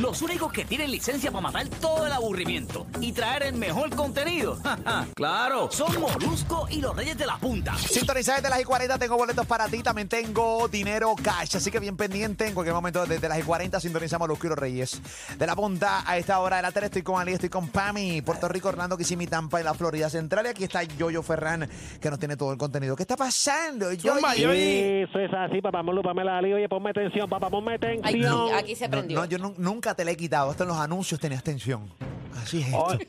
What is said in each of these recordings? Los únicos que tienen licencia para matar todo el aburrimiento y traer el mejor contenido. claro, son Molusco y los Reyes de la Punta. Sintoniza desde las y 40, tengo boletos para ti, también tengo dinero cash, así que bien pendiente, en cualquier momento desde las y 40 sintonizamos los Quiero Reyes. De la punta a esta hora de la tarde estoy con Ali, estoy con Pami, Puerto Rico, Orlando, Kissimmee, Tampa y la Florida Central, y aquí está Yoyo Ferran, que nos tiene todo el contenido. ¿Qué está pasando, Yoyo? Zumba, Yoyo. Oye. Eso es así, papá Molu, Pamela Ali. Oye, ponme atención, papá, ponme Aquí, atención. aquí se No, prendió. no, yo nu- nunca te le he quitado, hasta en los anuncios tenías tensión. Así es esto. Hoy,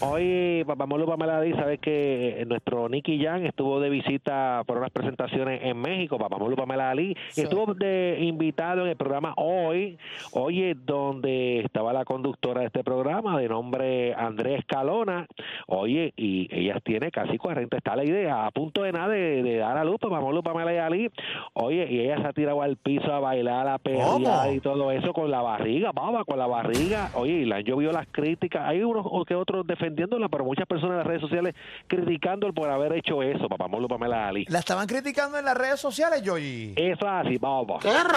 hoy papá Molu, Pamela Ali, sabes que eh, nuestro Nicky Jan estuvo de visita por unas presentaciones en México, papá Molu, Pamela Ali, y estuvo de invitado en el programa Hoy, oye, donde estaba la conductora de este programa de nombre Andrés Calona, oye, y ellas tiene casi 40, está la idea, a punto de nada de, de dar a luz, papá Molu, Pamela Ali, oye, y ella se ha tirado al piso a bailar, a ¿Cómo? perrear y todo eso con la barriga, baba, con la barriga. Oye, y la han llovido las críticas. Hay unos o que otros defendiéndola, pero muchas personas en las redes sociales criticándolo por haber hecho eso, papá Molo Pamela Ali. La estaban criticando en las redes sociales, Yoyi. Eso es así, baba. Uy, qué Yo no,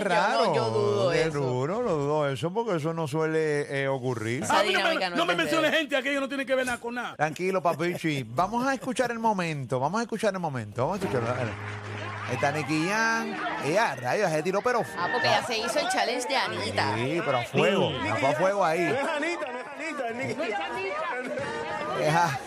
raro. yo dudo Qué eso. duro, lo dudo eso, porque eso no suele eh, ocurrir. Esa A mí no dinámica me, no no me es de menciones ustedes. gente aquello no tiene que ver nada con nada. Tranquilo, papichi. Vamos a escuchar el momento. Vamos a escuchar el momento. Vamos a escucharlo. dale. Ahí Está Nicky Jam. Ella, rayos, se tiró, pero. Ah, porque ya se hizo el challenge de Anita. Sí, pero a fuego. la fue a fuego ahí. Ella-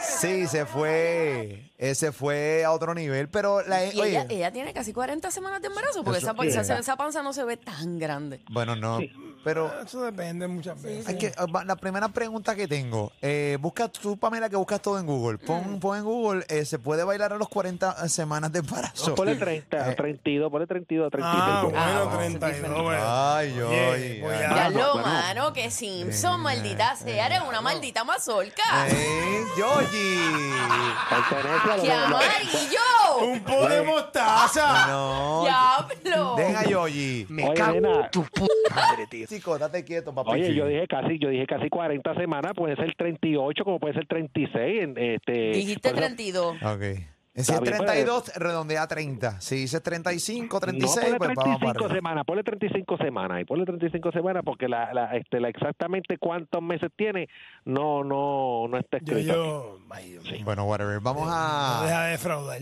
Sí, se fue. eh, Se fue a otro nivel, pero la. Y oye, ella, ella tiene casi 40 semanas de embarazo, porque Eso esa, pa- sí. esa- esa panza no se ve tan grande. Bueno, no. Pero Eso depende muchas veces. Hay que- eh, va- la primera pregunta que tengo, eh, busca tú, Pamela, que buscas todo en Google. Mm. Pon, pon en Google, eh, ¿se puede bailar a los 40 semanas de embarazo? Ponle 30, 32, ponle 32, 35. Ah, bueno, Ah, 32, bueno. Ay, yo. Oye, voy a- Ya Ah, lo, bueno. mano, que Simpson, maldita sea, eres una maldita mazorca. Eh, Yoyi! Pertenece a los- ¡Qué amarillo! Un poco de mostaza. No. ¡Diablo! Deja Yoyi. Oye, nena, Chico, date quieto, papi. oye, yo dije casi, yo dije casi 40 semanas, puede ser 38, como puede ser 36. En, este, Dijiste por eso- 32. Ok. Si Está es bien, pues. 32, redondea a 30. Si dices 35, 36, no, pues ponle vamos 35 para arriba. semanas, ponle 35 semanas y ponle 35 semanas porque la, la, este, la exactamente cuántos meses tiene no no no está Yo, escrito. yo, ay, Dios mío. Bueno, whatever. Vamos No a. Deja de defraudar.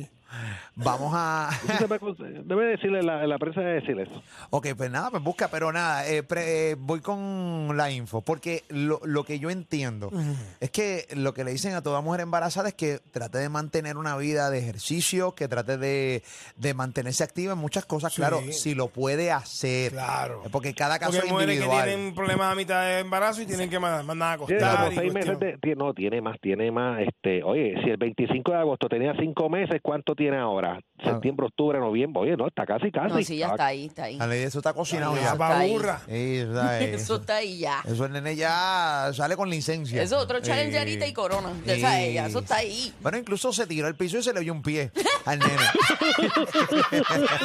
Vamos a. Eso se puede cons- debe decirle la, la prensa debe decir eso. Ok, pues nada, pues busca, pero nada, eh, pre- eh, voy con la info, porque lo, lo que yo entiendo es que lo que le dicen a toda mujer embarazada es que trate de mantener una vida de ejercicio, que trate de, de mantenerse activa en muchas cosas, claro, si lo puede hacer. Claro. Porque cada caso Porque hay es mujeres que individual. tienen problemas a mitad de embarazo y tienen que mandar, mandar a Tiene como pues, acostar. y seis meses Pues cuestión. de- tiene- no tiene más tiene más este oye si el 25 de agosto tenía cinco meses cuánto tiene ahora septiembre octubre noviembre oye no está casi casi. Ah. No, sí, ya está ahí, está ahí. La ley de eso está cocinado La ya. Está ahí. baburra. Sí, o sea, Eso eso, está ahí ya. eso el nene ya sale con licencia. Eso es otro challenge Eh, Anita y Corona. De esa eh. ella, eso está ahí. Bueno, incluso se tiró al piso y se le oyó un pie al nene.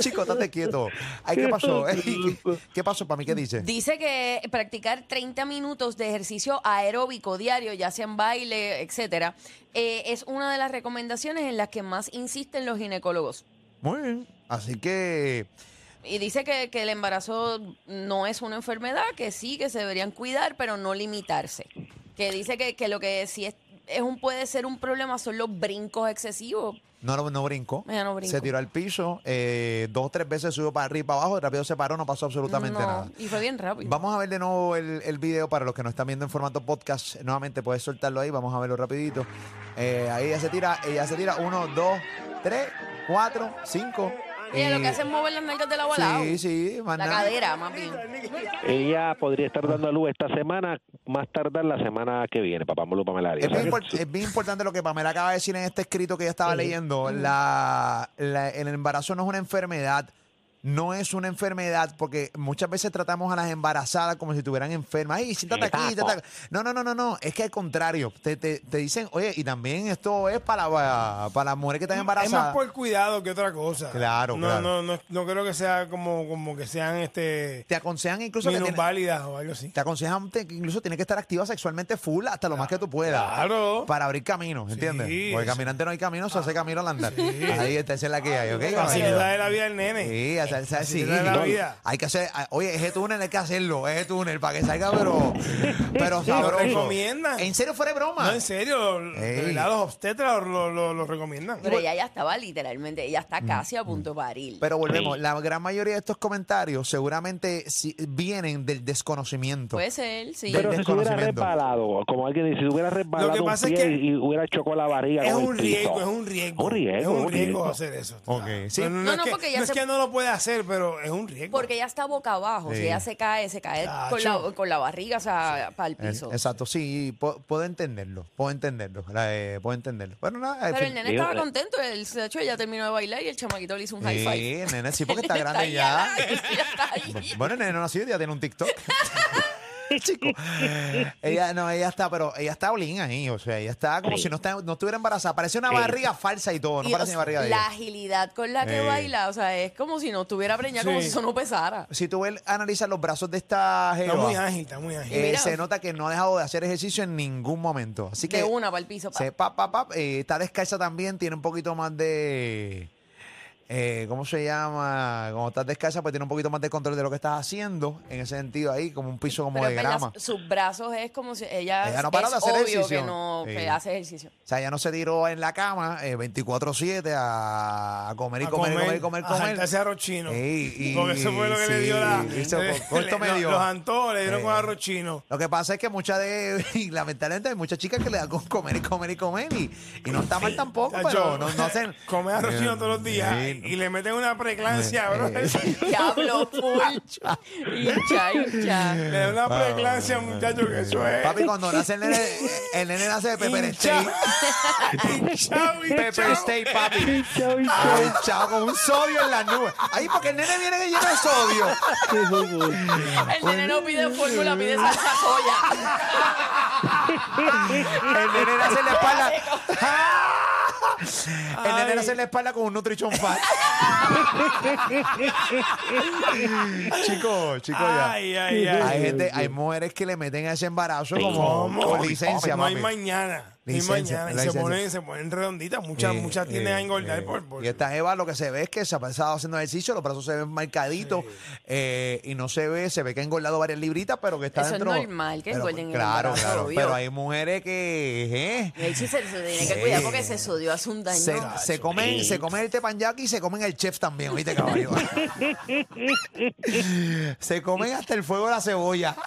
Chico, estate quieto. Ay, ¿qué pasó? Ey, ¿Qué, qué pasó para mí? ¿Qué dice? Dice que practicar 30 minutos de ejercicio aeróbico diario, ya sea en baile, etcétera, eh, es una de las recomendaciones en las que más insisten los ginecólogos. Muy bien. Así que, Y dice que, que el embarazo no es una enfermedad, que sí, que se deberían cuidar, pero no limitarse. Que dice que, que lo que sí es, es un, puede ser un problema son los brincos excesivos. no, no, no brincó. Ella no brincó. Se tiró al piso, eh, dos o tres veces subió para arriba y para abajo, rápido se paró, no pasó absolutamente No, nada. Y fue bien rápido. Vamos a ver de nuevo el, el video para los que nos están viendo en formato podcast. Nuevamente puedes soltarlo ahí, vamos a verlo rapidito. Eh, ahí ella se tira, ella se tira, uno, dos, tres, cuatro, cinco. Mira, lo y- que hacen es mover las nalgas de la balada. eh, Sí, sí, más La nada. cadera, más bien. Ella podría estar dando a luz esta semana, más tardar la semana que viene, papá Molo Pamela. Ali. Es O sea bien, que- import- es bien importante lo que Pamela acaba de decir en este escrito que ella estaba leyendo. La, la- el embarazo no es una enfermedad. No es una enfermedad porque muchas veces tratamos a las embarazadas como si estuvieran enfermas. Ay, siéntate aquí, Exacto. siéntate acá. No, no, no, no, no. Es que al contrario. Te, te- te dicen, oye, y también esto es para, la- para las mujeres que están Es más embarazadas. por cuidado que otra cosa. Claro, no, claro. No, no, no creo que sea como, como que sean este Te aconsejan incluso que tienes- minusválidas o algo así. te aconsejan te- que incluso tienes que estar activa sexualmente full hasta lo más que tú puedas. Claro. Para abrir camino, ¿entiendes? Sí, Porque sí. caminante no hay camino, se hace camino al andar. Ahí está, esa es la que hay, ¿ok? Facilidad caballero? de la vida del nene. Sí, esa es salsa de Así sí. era la vida. Hay que hacer, ah, oye, ese túnel hay que hacerlo, ese túnel, para que salga, pero, pero Lo sabroso. recomiendan. En serio, fuera de broma. No, en serio, de Ey. verdad, los obstetras lo, lo- lo recomiendan. Pero ella ya estaba literalmente, ella está casi a punto de parir. Mm. Pero volvemos, la gran mayoría de estos comentarios seguramente si- vienen del desconocimiento. Puede ser, sí. Del Pero si se hubiera desconocimiento. resbalado, como alguien dice, si hubiera resbalado un pasa es pie que y y hubiera chocado la barriga. Es con el un piso. riesgo, es un riesgo. Un riesgo, Es un un riesgo riesgo. hacer eso. tú Ok, sabes. sí. No, es no, que- porque ya no es se- que no lo puede hacer, pero es un riesgo. Porque ella está boca abajo, Sí. si ella se cae, se cae con Chacho. la, con la barriga, o sea, para el Eh, piso. Exacto, sí, po- puedo entenderlo, puedo entenderlo, la, eh, puedo entenderlo. Bueno, nada, en Pero el fin. nene Digo, estaba eh. contento, él, de hecho ella terminó de bailar y el chamaquito le hizo un high Sí, five. el nene, sí, porque está Está grande ahí ya. al lado, ya está ahí. Bueno, el nene no nació, ya tiene un TikTok. Chico. Ella no, ella está, pero ella está olín ahí, o sea, ella está como si no, está- no estuviera embarazada. Parece una barriga falsa y todo, no Y, o parece sea, una barriga de la ella. agilidad con la que Eh. baila, o sea, es como si no estuviera preñada, como Sí. si eso no pesara. Si tú ves, analizas los brazos de esta Está jeva, muy ágil, está muy ágil. eh, Mira. se nota que no ha dejado de hacer ejercicio en ningún momento. Así que de una para el piso. pa. se pa, pa, pa, eh, está descalza también, tiene un poquito más de eh, ¿cómo se llama? Cuando estás descalza, pues tiene un poquito más de control de lo que estás haciendo, en ese sentido ahí, como un piso como Pero de es verdad, grama. sus brazos es como si ella, Ella no para es de hacer obvio ejercicio. que no que Sí. hace ejercicio. O sea, ya no se tiró en la cama eh, 24-7 a a comer y A comer, y comer, comer, a comer. saltarse arroz chino. Ey, y- Porque eso fue lo que le sí, dio la. hizo le- co- corto le- medio. Los antojos le dieron Eh. con arroz chino. Lo que pasa es que muchas de, y lamentablemente hay muchas chicas que le dan con comer y comer y comer y, y no está mal tampoco, pero Chacho, no, no hacen. Come arroz chino todos los días Eh, y le meten una preclancia, bro. Diablo, full. hincha, hincha. Le da una preclancia, muchacho, que eso es. Ah, Papi, cuando nace el nene, el nene nace de Pepper Steak. Hinchao, Pepper hinchao. Steak, papi. Ah. Ay, chao, con un sodio en las nubes. Ay, porque el nene viene lleno de sodio. El nene no pide fórmula, pide salsa soya. El nene nace en la espalda. El nene nace en la espalda con un Nutrition Fat. Chico, chico, ya. Ay, ay, Hay ay. gente, hay mujeres que le meten a ese embarazo como ¿Cómo? con licencia, No hay papi. mañana. No hay Licencia, mañana. Y licencia. se ponen, se ponen redonditas. Muchas, Eh, muchas eh, tienden a eh. engordar por, por- Y esta Eva lo que se ve es que se ha pasado haciendo ejercicio, los brazos se ven marcaditos eh, y no se ve, se ve que ha engordado varias libritas, pero que está Eso es dentro. normal que pero- engorden en el Claro, embarazo, claro. obvio. Pero hay mujeres que. eh, Y ahí sí se, se tiene Sí. que cuidar porque se sudió hace un daño. Se, se comen, se comen el tepanyaki y se comen el chef también, oíste, caballo. se comen hasta el fuego de la cebolla.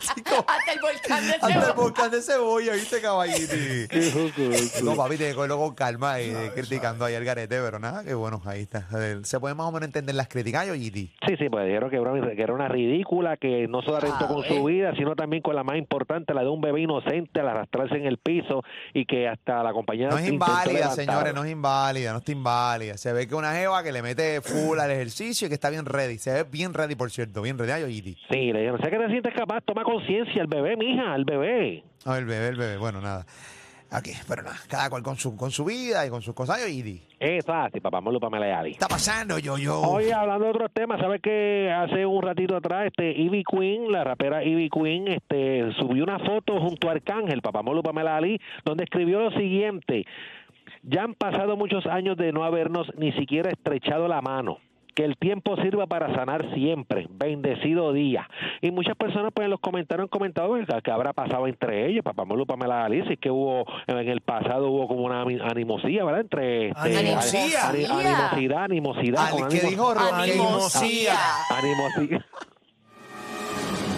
Chico, Hasta el volcán de hasta el Cebo. volcán de cebolla, oíste, caballito. No, papi, te cogerlo con calma y eh, criticando ahí al garete, pero nada, que bueno, ahí está. A ver, Se puede más o menos entender las críticas, yo, GT. Sí, sí, pues dijeron que era, que era una ridícula, que no solo Ah, rentó con eh. su vida, sino también con la más importante, la de un bebé inocente al arrastrarse en el piso y que hasta la compañía No es se intentó inválida, levantar. señores, no es inválida, no está inválida. Se ve que una jeva que le mete full al ejercicio y que está bien ready. Se ve bien ready, por cierto, bien ready, yo, GT. Sí, le dijeron, sé que te sientes capaz, toma conciencia, el bebé, mija, el bebé. A ver, bebé, el bebé, bueno, nada. Aquí, pero nada, cada cual con su, con su vida y con sus cosas. Yo, Idi, ¿qué Es fácil, papá, Molo para Melayali. está pasando, yo, yo? Oye, hablando de otros temas, ¿sabes que hace un ratito atrás, este, Ivy Queen, la rapera Ivy Queen, este, subió una foto junto a Arcángel, Papamolo Pamela Ali, donde escribió lo siguiente. Ya han pasado muchos años de no habernos ni siquiera estrechado la mano. Que el tiempo sirva para sanar siempre. Bendecido día. Y muchas personas pues en los comentarios han comentado ¿verdad? que habrá pasado entre ellos, Papamolo Pamela Ali, si es que hubo, en el pasado hubo como una ami- animosidad, ¿verdad? Entre... este, Animosía. ani- Animosidad, animosidad. Al con que ánimo- dijo Ro- Animosía. Animosidad.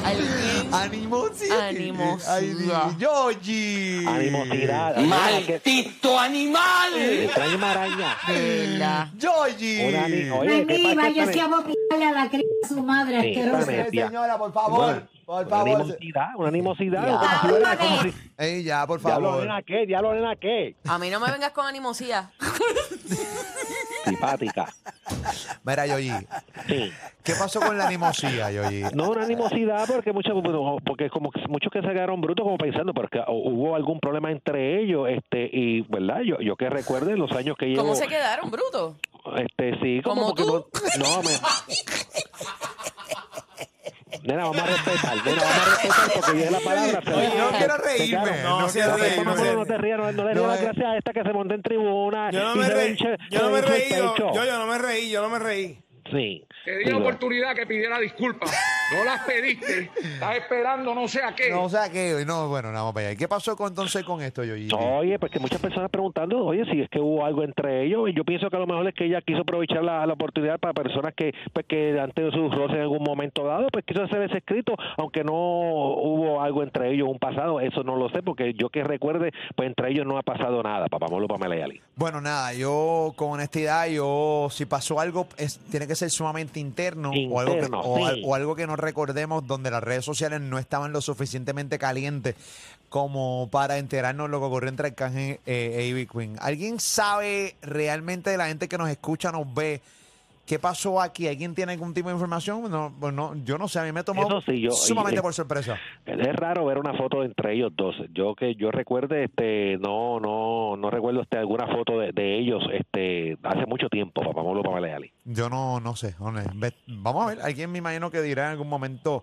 Alguien- Animosidad. Animosidad. Ay, Dios, Yoyi. Animosidad. ¡Maldito animal! Extraño maraña. Vela. Yoyi. Una ani- Oye, ¿qué Mami, pasa váyase esta a boquearle a la cría de su madre Sí, asquerosa. dame. Sí, señora, por favor. Bueno, Por Una favor. animosidad, una animosidad. Ya. como si fuera- como si- Ey, ya, por Diablo favor. nena qué, diablo nena qué. A mí no me vengas con animosidad. Simpática. Mira, Yoyi, Sí. ¿qué pasó con la animosía, Yoyi? No una animosidad porque muchos bueno, porque como que muchos que se quedaron brutos como pensando porque hubo algún problema entre ellos este y verdad yo yo que recuerden los años que llevo ¿Cómo se quedaron, bruto? Este, sí, como ¿Como porque tú? No, no, me... Nena, vamos a respetar. Nena, vamos a respetar porque dije la palabra. se- Oye, no se- quiero se reírme, quedaron. no se Papá, ríe, mamá, no se no te ríe. rías, no, no No, le rías las eh. gracias a esta que se monta en tribuna. Yo no y me se reí. hinche- Yo no se me hinche el reí. Yo, pecho. yo no me reí. Yo no me reí. Sí. Te di la Digo, oportunidad que pidiera disculpas. No las pediste. Estás esperando no sé a qué. No, o sea que, no, bueno, nada más para allá. ¿Qué pasó con, entonces con esto, Yoyito? Oye, pues que muchas personas preguntando, oye, si es que hubo algo entre ellos, y yo pienso que a lo mejor es que ella quiso aprovechar la, la oportunidad para personas que, pues que antes de sus roces en algún momento dado, pues quiso hacer ese escrito, aunque no hubo algo entre ellos, un pasado, eso no lo sé, porque yo que recuerde, pues entre ellos no ha pasado nada, papá Molo, Pamela y Ali. Bueno, nada, yo con honestidad, yo si pasó algo, es- tiene que ser sumamente interno, o, algo que, Interno, o sí. al- o algo que no recordemos donde las redes sociales no estaban lo suficientemente calientes como para enterarnos lo que ocurrió entre Arcángel eh, e Ivy Queen. ¿Alguien sabe realmente de la gente que nos escucha, nos ve? ¿Qué pasó aquí? ¿Alguien tiene algún tipo de información? No, pues no, yo no sé, a mí me tomó Eso sí, yo- sumamente eh, por sorpresa. Es raro ver una foto entre ellos dos. Yo que yo recuerde, este, no, no, no recuerdo este, alguna foto de, de ellos, este, hace mucho tiempo, papá Molo, Pamela y Ali. Yo no, no sé. honest- ve- Vamos a ver. Alguien me imagino que dirá en algún momento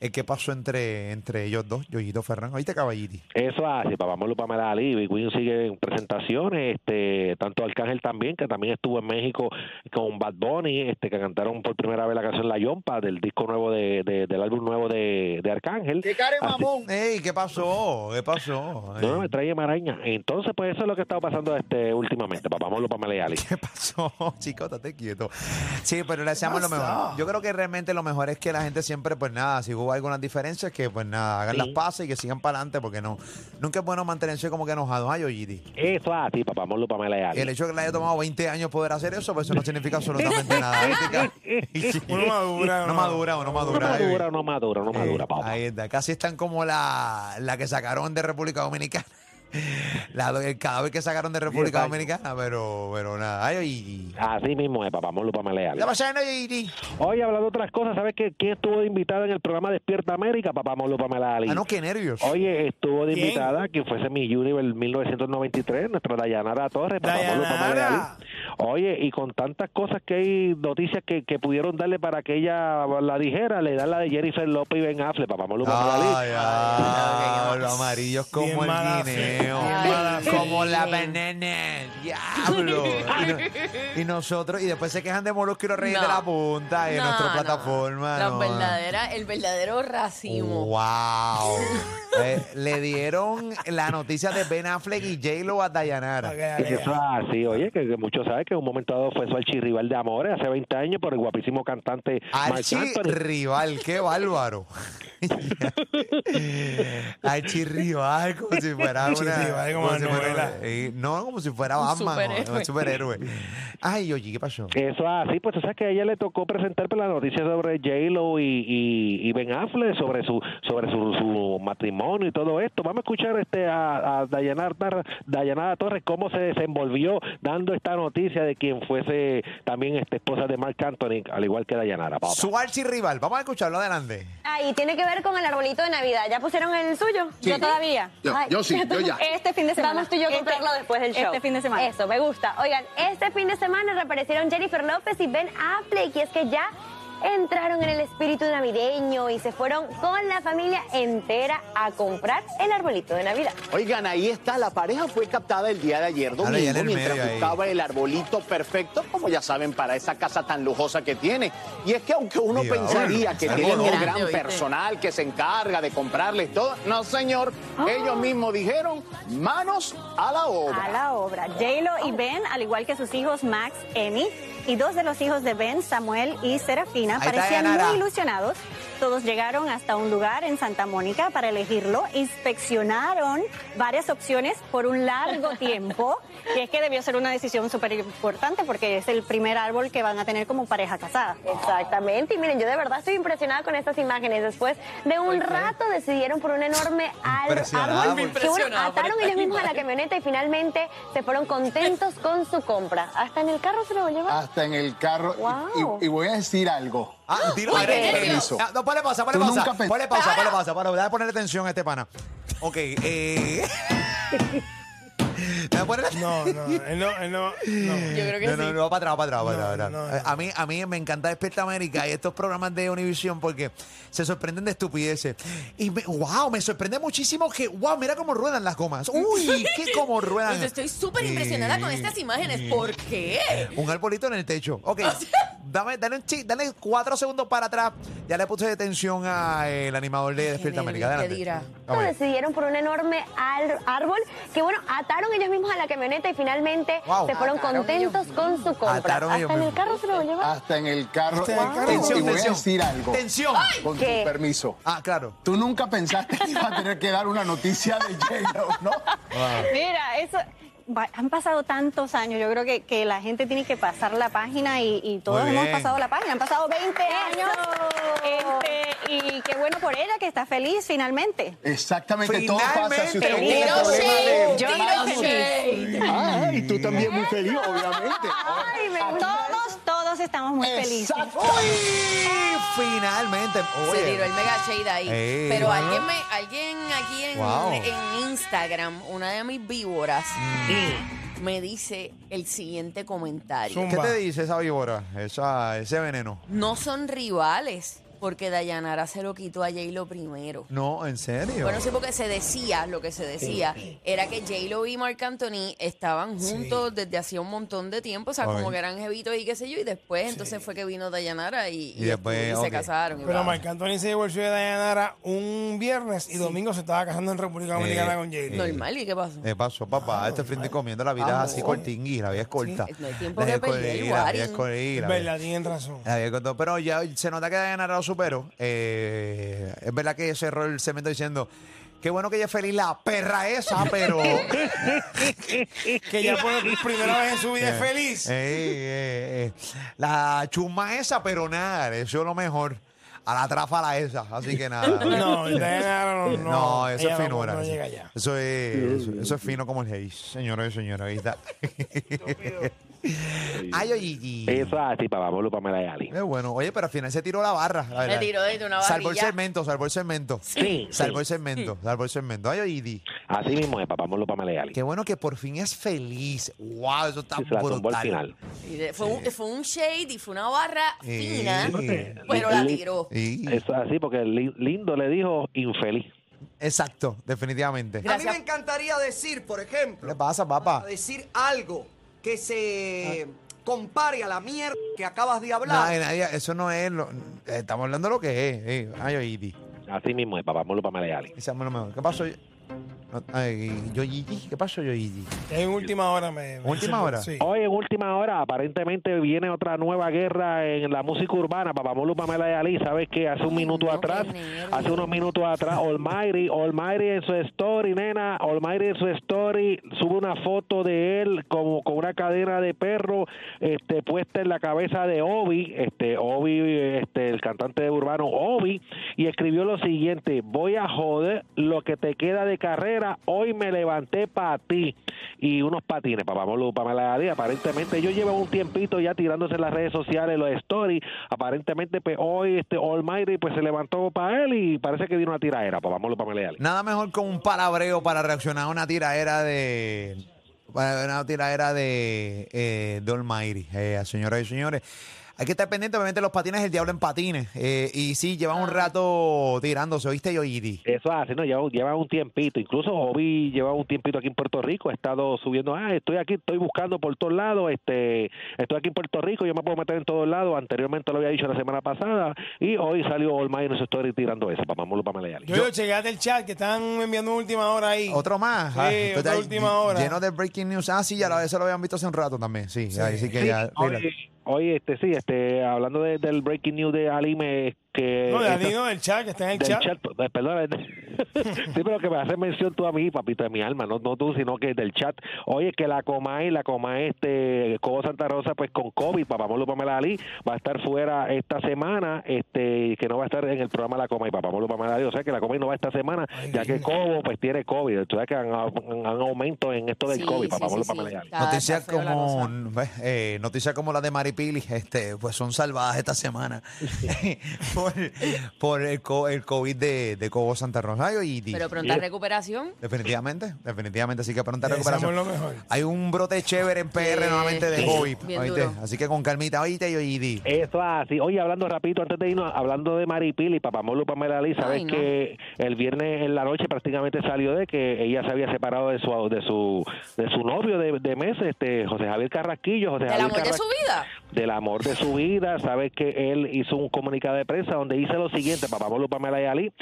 eh, qué pasó entre, entre ellos dos, Yoyito Ferran. Oíste, caballiti. Eso hace, papá Molo, Pamela y Ali, Big Queen sigue en presentaciones, este, tanto Arcángel también, que también estuvo en México con Bad Bunny, este, que cantaron por primera vez la canción La Yompa del disco nuevo de, de- del álbum nuevo de, de Arcángel. Así- Ey, ¿qué pasó? ¿Qué pasó? Eh, no, no, me Ey, trae maraña. Entonces, pues eso es lo que ha estado pasando este últimamente, papá Molo, Pamela y Ali. ¿Qué pasó? Chico, estate quieto. Sí, pero le deseamos lo mejor. Yo creo que realmente lo mejor es que la gente siempre, pues nada, si hubo algunas diferencias, que pues nada, hagan Sí. las paces y que sigan para adelante, porque no, nunca es bueno mantenerse como que enojados a Yoyiti. Eso así, papá Molo, Pamela y Ali. El hecho de que le haya tomado 20 años poder hacer eso, pues eso no significa absolutamente nada. Uno madura, No uno madura, uno No madura. Ay, madura, no madura, no madura, Eh, papá. Ahí está. Casi están como la, la que sacaron de República Dominicana. La, do- el cadáver que sacaron de República Dominicana, pero, pero nada. Ay, oye. Así mismo es, papá, Molo, Pamela y Ali. ¿Qué pasa, Nayiri? Oye, hablando de otras cosas, ¿sabes qué? ¿Quién estuvo de invitada en el programa Despierta América, papá, Molo, Pamela y Ali? Ah, no, qué nervios. Oye, estuvo de ¿Quién? invitada que fuese mi Universe 1993, nuestra Dayanara Torres, papá, Molo, Pamela y Dayanara. Ali. Oye, y con tantas cosas que hay, noticias que, que pudieron darle para que ella la dijera, le dan la de Jennifer López y Ben Affleck, papá, Molo, Pamela y Ali. Ay, ay, los amarillos como Bien el mala fe, guineo. bien mala fe. Como la banana. Diablo. Y, no- y nosotros, y después se quejan de Molusquero Rey de No. la Punta y en No, nuestra no. plataforma. La no. verdadera, el verdadero racismo. Wow. Eh, le dieron la noticia de Ben Affleck y J-Lo a Dayanara. Eso así, oye, que, que muchos saben que en un momento dado fue su archirrival de Amores hace 20 años por el guapísimo cantante Marc Archie Anthony. rival, qué bárbaro. Archie rival, como si fuera una, Archirrival, como si la fuera- novela. eh, no, como si fuera Batman, superhéroe. un superhéroe. Ay, oye, ¿qué pasó? Eso así, pues tú sabes que a ella le tocó presentar pues, la noticia sobre J-Lo y, y, y Ben Affleck, sobre su sobre su, su matrimonio y todo esto. Vamos a escuchar este a, a Dayanara, Tar- Dayanara Torres cómo se desenvolvió dando esta noticia de quien fuese también este, esposa de Mark Anthony, al igual que Dayanara. papá. Su archirrival, vamos a escucharlo adelante. Ahí Ah, tiene que ver con el arbolito de Navidad. ¿Ya pusieron el suyo? Yo todavía. Yo- yo sí, yo ya. Este fin de semana. Vamos tú y yo a comprarlo después del show. Este fin de semana. Eso, me gusta. Oigan, este fin de semana reaparecieron Jennifer López y Ben Affleck y es que ya entraron en el espíritu navideño y se fueron con la familia entera a comprar el arbolito de Navidad. Oigan, ahí está, la pareja fue captada el día de ayer Ahora ya en domingo el mientras medio ahí. buscaba el arbolito perfecto, como ya saben, para esa casa tan lujosa que tiene. Y es que aunque uno Diablo, pensaría que está tienen un grande, gran ¿oíste? personal que se encarga de comprarles todo, no señor, ellos mismos dijeron, manos a la obra. A la obra. J-Lo y Ben, al igual que sus hijos Max, Emmy y dos de los hijos de Ben, Samuel y Serafina, Ahí está parecían Yanara. muy ilusionados. Todos llegaron hasta un lugar en Santa Mónica para elegirlo. Inspeccionaron varias opciones por un largo tiempo. Y es que debió ser una decisión súper importante porque es el primer árbol que van a tener como pareja casada. Exactamente, y miren, yo de verdad estoy impresionada con estas imágenes. Después de un rato decidieron por un enorme al- Impresionada, árbol muy que bueno, impresionada por ataron esta ellos mismos a la imagen. camioneta y finalmente se fueron contentos con su compra. Hasta en el carro se lo llevaron. Hasta en el carro. Y- Wow. Y, y voy a decir algo. Ah, tiro Con aire. permiso. Ah, No, ponle pausa, ponle Tú pausa. nunca pens- Ponle pausa, ponle pausa. Para, déjame ponerle atención a este pana. Ok, eh. Déjame ponerle- No, no, él no, él no, no. Yo creo que no, sí. no, no, para atrás, para atrás, para No, atrás. no, para atrás. no. A, mí, a mí me encanta Despierta América y estos programas de Univision porque se sorprenden de estupideces. Y me- wow, me sorprende muchísimo que, wow, mira cómo ruedan las gomas. Uy, qué como ruedan. Pues yo estoy súper impresionada con Sí. estas imágenes. ¿Por qué? Un arbolito en el techo. Ok, dame, dale un chi- dale cuatro segundos para atrás. Ya le puse detención al animador de Despierta América. nervios, Adelante. ¿qué dirá? Ah, Vamos allá. decidieron por un enorme ar- árbol que, bueno, ataron ellos mismos a la camioneta y finalmente se fueron contentos con su compra. Ataron ellos Hasta en el mismos. Ah. carro se lo llevaron. Hasta en el carro. Hasta en el Wow. carro. Y Tensión, voy a tensión. decir algo. Tensión. Ay, Con ¿qué? tu permiso. Ah, claro. Tú nunca pensaste que iba a tener que dar una noticia de J-Lo, ¿no? Mira, eso. va- Han pasado tantos años, yo creo que, que la gente tiene que pasar la página y, y todos Muy hemos bien. pasado la página, han pasado 20 años. Este, y qué bueno por ella que está feliz finalmente. Exactamente, todo pasa si usted Finalmente. tiene problema de- Yo Ay, Ah, y tú también muy feliz, obviamente. Ay, me todos, todos estamos muy felices. Uy, finalmente. Oye. Se tiró el mega shade ahí. Ey. Pero Ajá. alguien, me, alguien aquí en, Wow. en Instagram, una de mis víboras, Eh, Mm. me dice el siguiente comentario. ¿Qué te dice esa víbora? Esa, ese veneno. No son rivales, porque Dayanara se lo quitó a J-Lo primero. No, en serio. Bueno, sí, porque se decía, lo que se decía, era que J-Lo y Marc Anthony estaban juntos desde hacía un montón de tiempo, o sea, como Ay. que eran jevitos y qué sé yo, y después entonces fue que vino Dayanara y, Y después, y ok. se casaron. y Pero bla. Marc Anthony se divorció de Dayanara un viernes y domingo se estaba casando en República Dominicana Eh, con Jay. Normal, ¿y qué pasó? ¿Qué pasó, papá? este frente comiendo la vida es así cortingui, la vida es corta. no hay tiempo La vida es que corta, perder, La vida es Guarín. corta, la vida- Verdad, tienen razón. la vida es corta. Pero ya se nota que Dayanara lo superó. Eh, es verdad que cerró el cemento diciendo, qué bueno que ella es feliz la perra esa, pero... Eh, que ya por primera vez en su vida es feliz. Ey, eh, eh. La chuma esa, pero nada, eso es lo mejor. A la tráfala esa, así que nada. No, Diana, no, no. Eh, No, eso Ella es no- finura. no eso. llega allá. Eso es, eso, eso es fino como el Hayes, señores y señoras. Ahí está. Ay, oye, y- Eso así, papá, Pablo Pamela y Ali. es bueno. Oye, pero al final se tiró la barra. La Le verdad. tiró desde una Salvó el barrilla. segmento, salvó el segmento. Sí, Salvó sí. el segmento, salvó el segmento. Ay, oye, y- Así mismo es, papá, Pablo Pamela y Ali. qué bueno que por fin es feliz. Wow, eso está Sí, se la tumbó al brutal. final. Y de- fue, un, fue un shade y fue una barra Sí. fina, pero la tiró. Eso así, porque li- lindo le dijo infeliz. Exacto, definitivamente. A mí me encantaría decir, por ejemplo, ¿Qué le pasa, papá? Ah. a decir algo que se compare a la mierda que acabas de hablar. Nadie, nadie, eso no es. lo- eh, estamos hablando de lo que es. eh. Ay, oye, Así mismo es, papá, Pablo Pamela y Ali. Esa es lo mejor. ¿Qué pasó? No, ay, yo, Gigi, ¿Qué pasó, yo, Gigi? En última hora me. me ¿Última hora? Sí. Oh, Hoy en última hora, aparentemente viene otra nueva guerra en la música urbana. Papá Molu, Pamela y Ali, ¿sabes que Hace un minuto atrás, hace unos minutos atrás, Almighty, Almighty en su story, nena, Almighty en su story, sube una foto de él como con una cadena de perro este, puesta en la cabeza de Obi, este, Obi, este, el cantante de urbano Obi, y escribió lo siguiente, voy a joder lo que te queda de carrera, hoy me levanté para ti. Y unos patines, papá Molu, Pamela y Ali, aparentemente yo llevo un tiempito ya tirándose en las redes sociales, los stories, aparentemente pues hoy este Almighty pues se levantó para él y parece que vino una tiraera, papá Molu, Pamela y Ali. Nada mejor que un palabreo para reaccionar a una tiraera de. para Una tiraera de. Eh, de Almighty, eh, señoras y señores. Hay que estar pendiente, obviamente, los patines, el diablo en patines. eh, y sí, llevan un rato tirándose, ¿oíste, yo, Gigi? Eso hace, ¿no? Lleva, lleva un tiempito. Incluso Obi lleva un tiempito aquí en Puerto Rico. Ha estado subiendo, ah, estoy aquí, estoy buscando por todos lados. este Estoy aquí en Puerto Rico, yo me puedo meter en todos lados. Anteriormente lo había dicho la semana pasada. Y hoy salió Olmay en su story tirando eso. Papá Molo, Pamela y Ali. Yo, yo llegué al chat que están enviando última hora ahí. Otro más. Sí, Ah, esto otra está última hora. Lleno de breaking news. Ah, sí, ya lo, eso lo habían visto hace un rato también. Sí, ahí sí que Sí, ya. mira. hoy, hoy, este, sí, este, hablando de- del breaking news de Ali, me- que... No, de Eh, esta- Ali, no, del chat, que está en el del chat. chat, pe- perdón, sí, pero que me hace mención tú a mí, papito de mi alma, no, no tú, sino que del chat. Oye, que la Comay, la Comay, este, Cobo Santa Rosa, pues con COVID, papá Molo Pamela Ali, va a estar fuera esta semana, este, que no va a estar en el programa La Comay, papá Molo Pamela Ali, o sea que la Comay no va esta semana, ya que Cobo, pues tiene COVID, tú sabes que han, han- han aumento en esto del Sí, COVID, sí, papá sí, Molo sí. Pamela Ali. Noticias como, ves, eh, noticias como la de Maripili, este, pues son salvadas esta semana por, por el, co- el COVID de, de Cobo Santa Rosario y y- Pero pronta recuperación. Definitivamente, definitivamente. Así que pronta Deseamos recuperación. lo mejor. Hay un brote chévere en PR Sí. nuevamente de Sí, COVID. bien ¿oíste? duro. Así que con calmita, oíste, yo, Gigi. Eso así. Oye, hablando rapidito, antes de irnos, hablando de Maripili, Papamolo Pamela Lee, sabes Ay, no. que el viernes en la noche prácticamente salió de que ella se había separado de su de su de su novio de, de meses, este José Javier Carrasquillo, José ¿Del Javier amor de Carra- su vida? vida. del amor de su vida. Sabes que él hizo un comunicado de prensa donde dice lo siguiente, papá Pablo Pamela y Ali.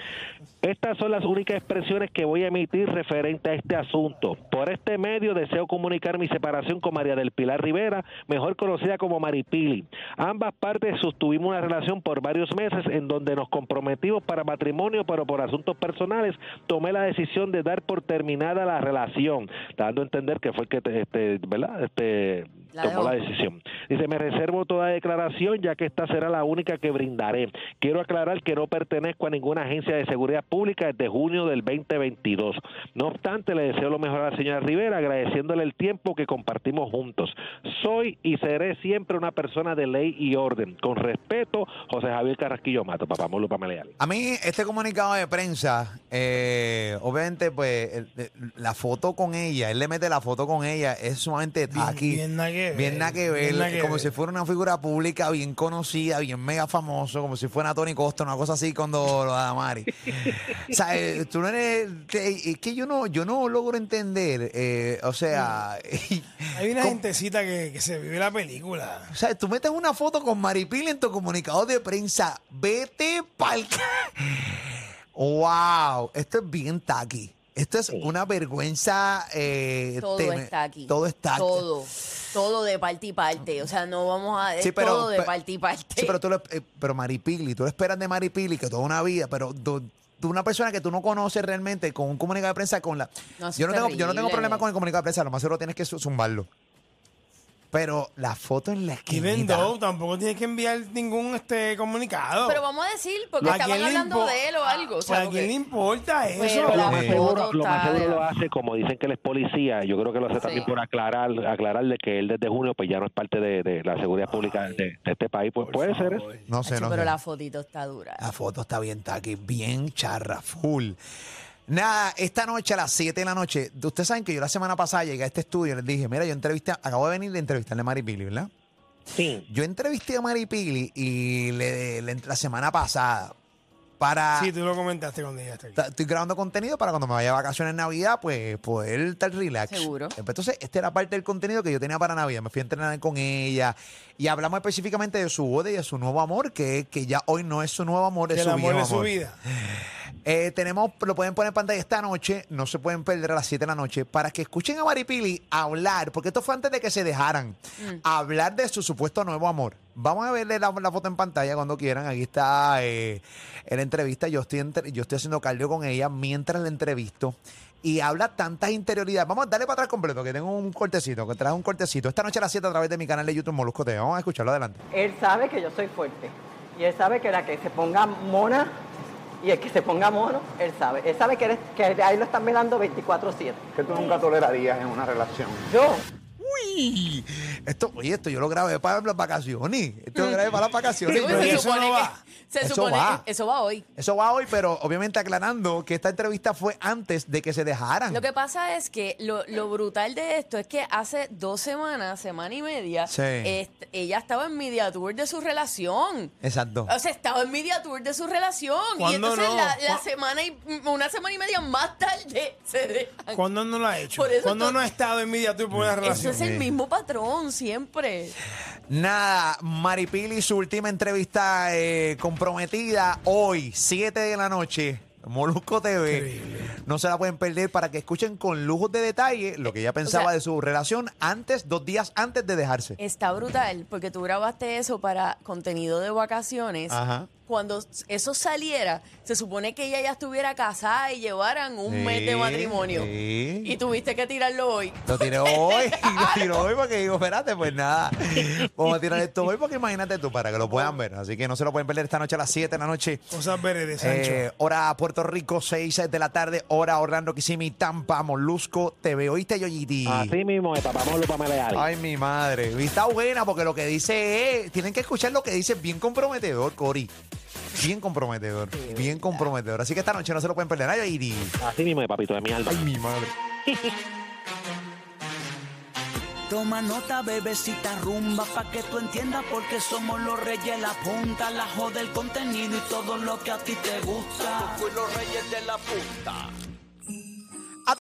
Estas son las únicas expresiones que voy a emitir referente a este asunto. Por este medio deseo comunicar mi separación con María del Pilar Rivera, mejor conocida como Maripili. Ambas partes sostuvimos una relación por varios meses en donde nos comprometimos para matrimonio, pero por asuntos personales tomé la decisión de dar por terminada la relación, dando a entender que fue el que te- este, ¿verdad? Este, La tomó la dejó. decisión. Dice, me reservo toda declaración ya que esta será la única que brindaré. Quiero aclarar que no pertenezco a ninguna agencia de seguridad pública desde junio del 2022. No obstante, le deseo lo mejor a la señora Rivera, agradeciéndole el tiempo que compartimos juntos. Soy y seré siempre una persona de ley y orden. Con respeto, José Javier Carrasquillo Mato, papá Molo Pameleal. A mí, este comunicado de prensa, eh, obviamente, pues, el- el- la foto con ella, él le mete la foto con ella, es sumamente taqui. bien nada que ver, Bien nada que ver, bien nada que como ver. si fuera una figura pública bien conocida, bien mega famoso, como si fuera Tony Costa, una cosa así cuando lo da Mari. o sea, eh, tú no eres. te- es que yo no, yo no logro entender, eh, o sea. Hay una ¿Cómo? gentecita que, que se vive la película. O sea, tú metes una foto con Maripil en tu comunicado de prensa. Vete pa'l... ca- ¡Wow! Esto es bien taqui. Esto es una vergüenza. eh, Todo teme- está aquí. Todo está aquí. Todo. Todo de parte y parte. O sea, no vamos a. es Sí, pero- todo de pe- parte y parte. Sí, pero tú lo, eh, pero Maripili, tú lo esperas de Maripili que toda una vida, pero tú- tú una persona que tú no conoces realmente con un comunicado de prensa con la No, eso yo no es tengo yo no tengo terrible. problema con el comunicado de prensa, lo más seguro tienes que zu- zumbarlo. Pero la foto en la Even esquina. though, tampoco tienes que enviar ningún este comunicado. Pero vamos a decir, porque ¿A estaban quién le hablando impo- de él o Ah, algo. O sea, ¿A quién porque- le importa eso? Pero la Lo más foto seguro, lo, más está seguro de- lo hace, como dicen que él es policía, yo creo que lo hace también por aclarar, aclararle que él desde junio pues ya no es parte de, de la seguridad pública de, de este país. Pues puede ser eso. No sé, Sí, no pero sé. Ah, la fotito está dura. La foto está bien taqui, bien charra, full. Nada, esta noche a las 7 de la noche, ustedes saben que yo la semana pasada llegué a este estudio y les dije, mira, yo entrevisté, acabo de venir de entrevistarle a Mari Pili, ¿verdad? Sí. Yo entrevisté a Mari Pili y le, le- la semana pasada para... Ah. Sí, tú lo comentaste cuando llegaste aquí. Ta- Estoy grabando contenido para cuando me vaya a vacaciones en Navidad, pues poder estar relax. Pues, Seguro. Entonces, esta era parte del contenido que yo tenía para Navidad. Me fui a entrenar con ella y hablamos específicamente de su boda y de su nuevo amor, que, que ya hoy no es su nuevo amor, es Del su amor viejo de su amor. vida. Eh, tenemos, lo pueden poner en pantalla esta noche, no se pueden perder a las 7 de la noche, para que escuchen a Maripili hablar, porque esto fue antes de que se dejaran, hablar de su supuesto nuevo amor. Vamos a verle la, la foto en pantalla cuando quieran. Aquí está eh, la entrevista. Yo estoy, entre- yo estoy haciendo cardio con ella mientras la entrevisto. Y habla tantas interioridades. Vamos a darle para atrás completo, que tengo un cortecito, que traje un cortecito. Esta noche a las 7 a través de mi canal de YouTube Molusco TV. Vamos a escucharlo adelante. Él sabe que yo soy fuerte. Y él sabe que la que se ponga mona y el que se ponga mono, él sabe. Él sabe que, eres, que ahí lo están velando 24-7. Que tú nunca tolerarías en una relación. Yo, Uy, esto, oye, esto yo lo grabé para las vacaciones. Esto lo grabé para las vacaciones. Uy, Yo- se eso supone no que- va. se Eso supone- va. eso va hoy. Eso va hoy, pero obviamente aclarando que esta entrevista fue antes de que se dejaran. Lo que pasa es que lo, lo brutal de esto es que hace dos semanas, semana y media, Sí. est- ella estaba en media tour de su relación. Exacto. O sea, estaba en media tour de su relación. Y ¿Cuándo entonces no? la, la ¿Cuá- semana y una semana y media más tarde se dejan. ¿Cuándo no lo ha hecho? Por eso ¿Cuándo tú- no ha estado en media tour por una Eso relación? es el mismo patrón siempre. Nada, Maripili, su última entrevista eh, comprometida hoy, 7 de la noche, Molusco TV. No se la pueden perder para que escuchen con lujos de detalle lo que ella pensaba sea- de su relación antes, dos días antes de dejarse. Está brutal porque tú grabaste eso para contenido de vacaciones. Ajá. Cuando eso saliera, se supone que ella ya estuviera casada y llevaran un mes de Sí, matrimonio. sí. Y tuviste que tirarlo hoy. Lo tiré hoy, lo tiré hoy porque digo, espérate, pues nada. Vamos a tirar esto hoy porque imagínate tú, para que lo puedan ver. Así que no se lo pueden perder esta noche a las 7 de la noche. Cosas verdes de Sancho. Eh, hora Puerto Rico, 6 de la tarde. Hora Orlando, Kissimmee, Tampa, Molusco, TV. ¿Oíste, Yoyiti? Así mismo, es, papá Molo Pameleal. Ay, mi madre. Y Está buena porque lo que dice es... Tienen que escuchar lo que dice. es Bien comprometedor, Cori. Bien comprometedor. Bien comprometedor. Así que esta noche no se lo pueden perder. Ay, Yoyiti. Así mismo, es, papito de mi alma. Ay, mi madre. Toma nota, bebecita rumba, pa' que tú entiendas porque somos los reyes de la punta, la joda del contenido y todo lo que a ti te gusta. Fui los reyes de la punta.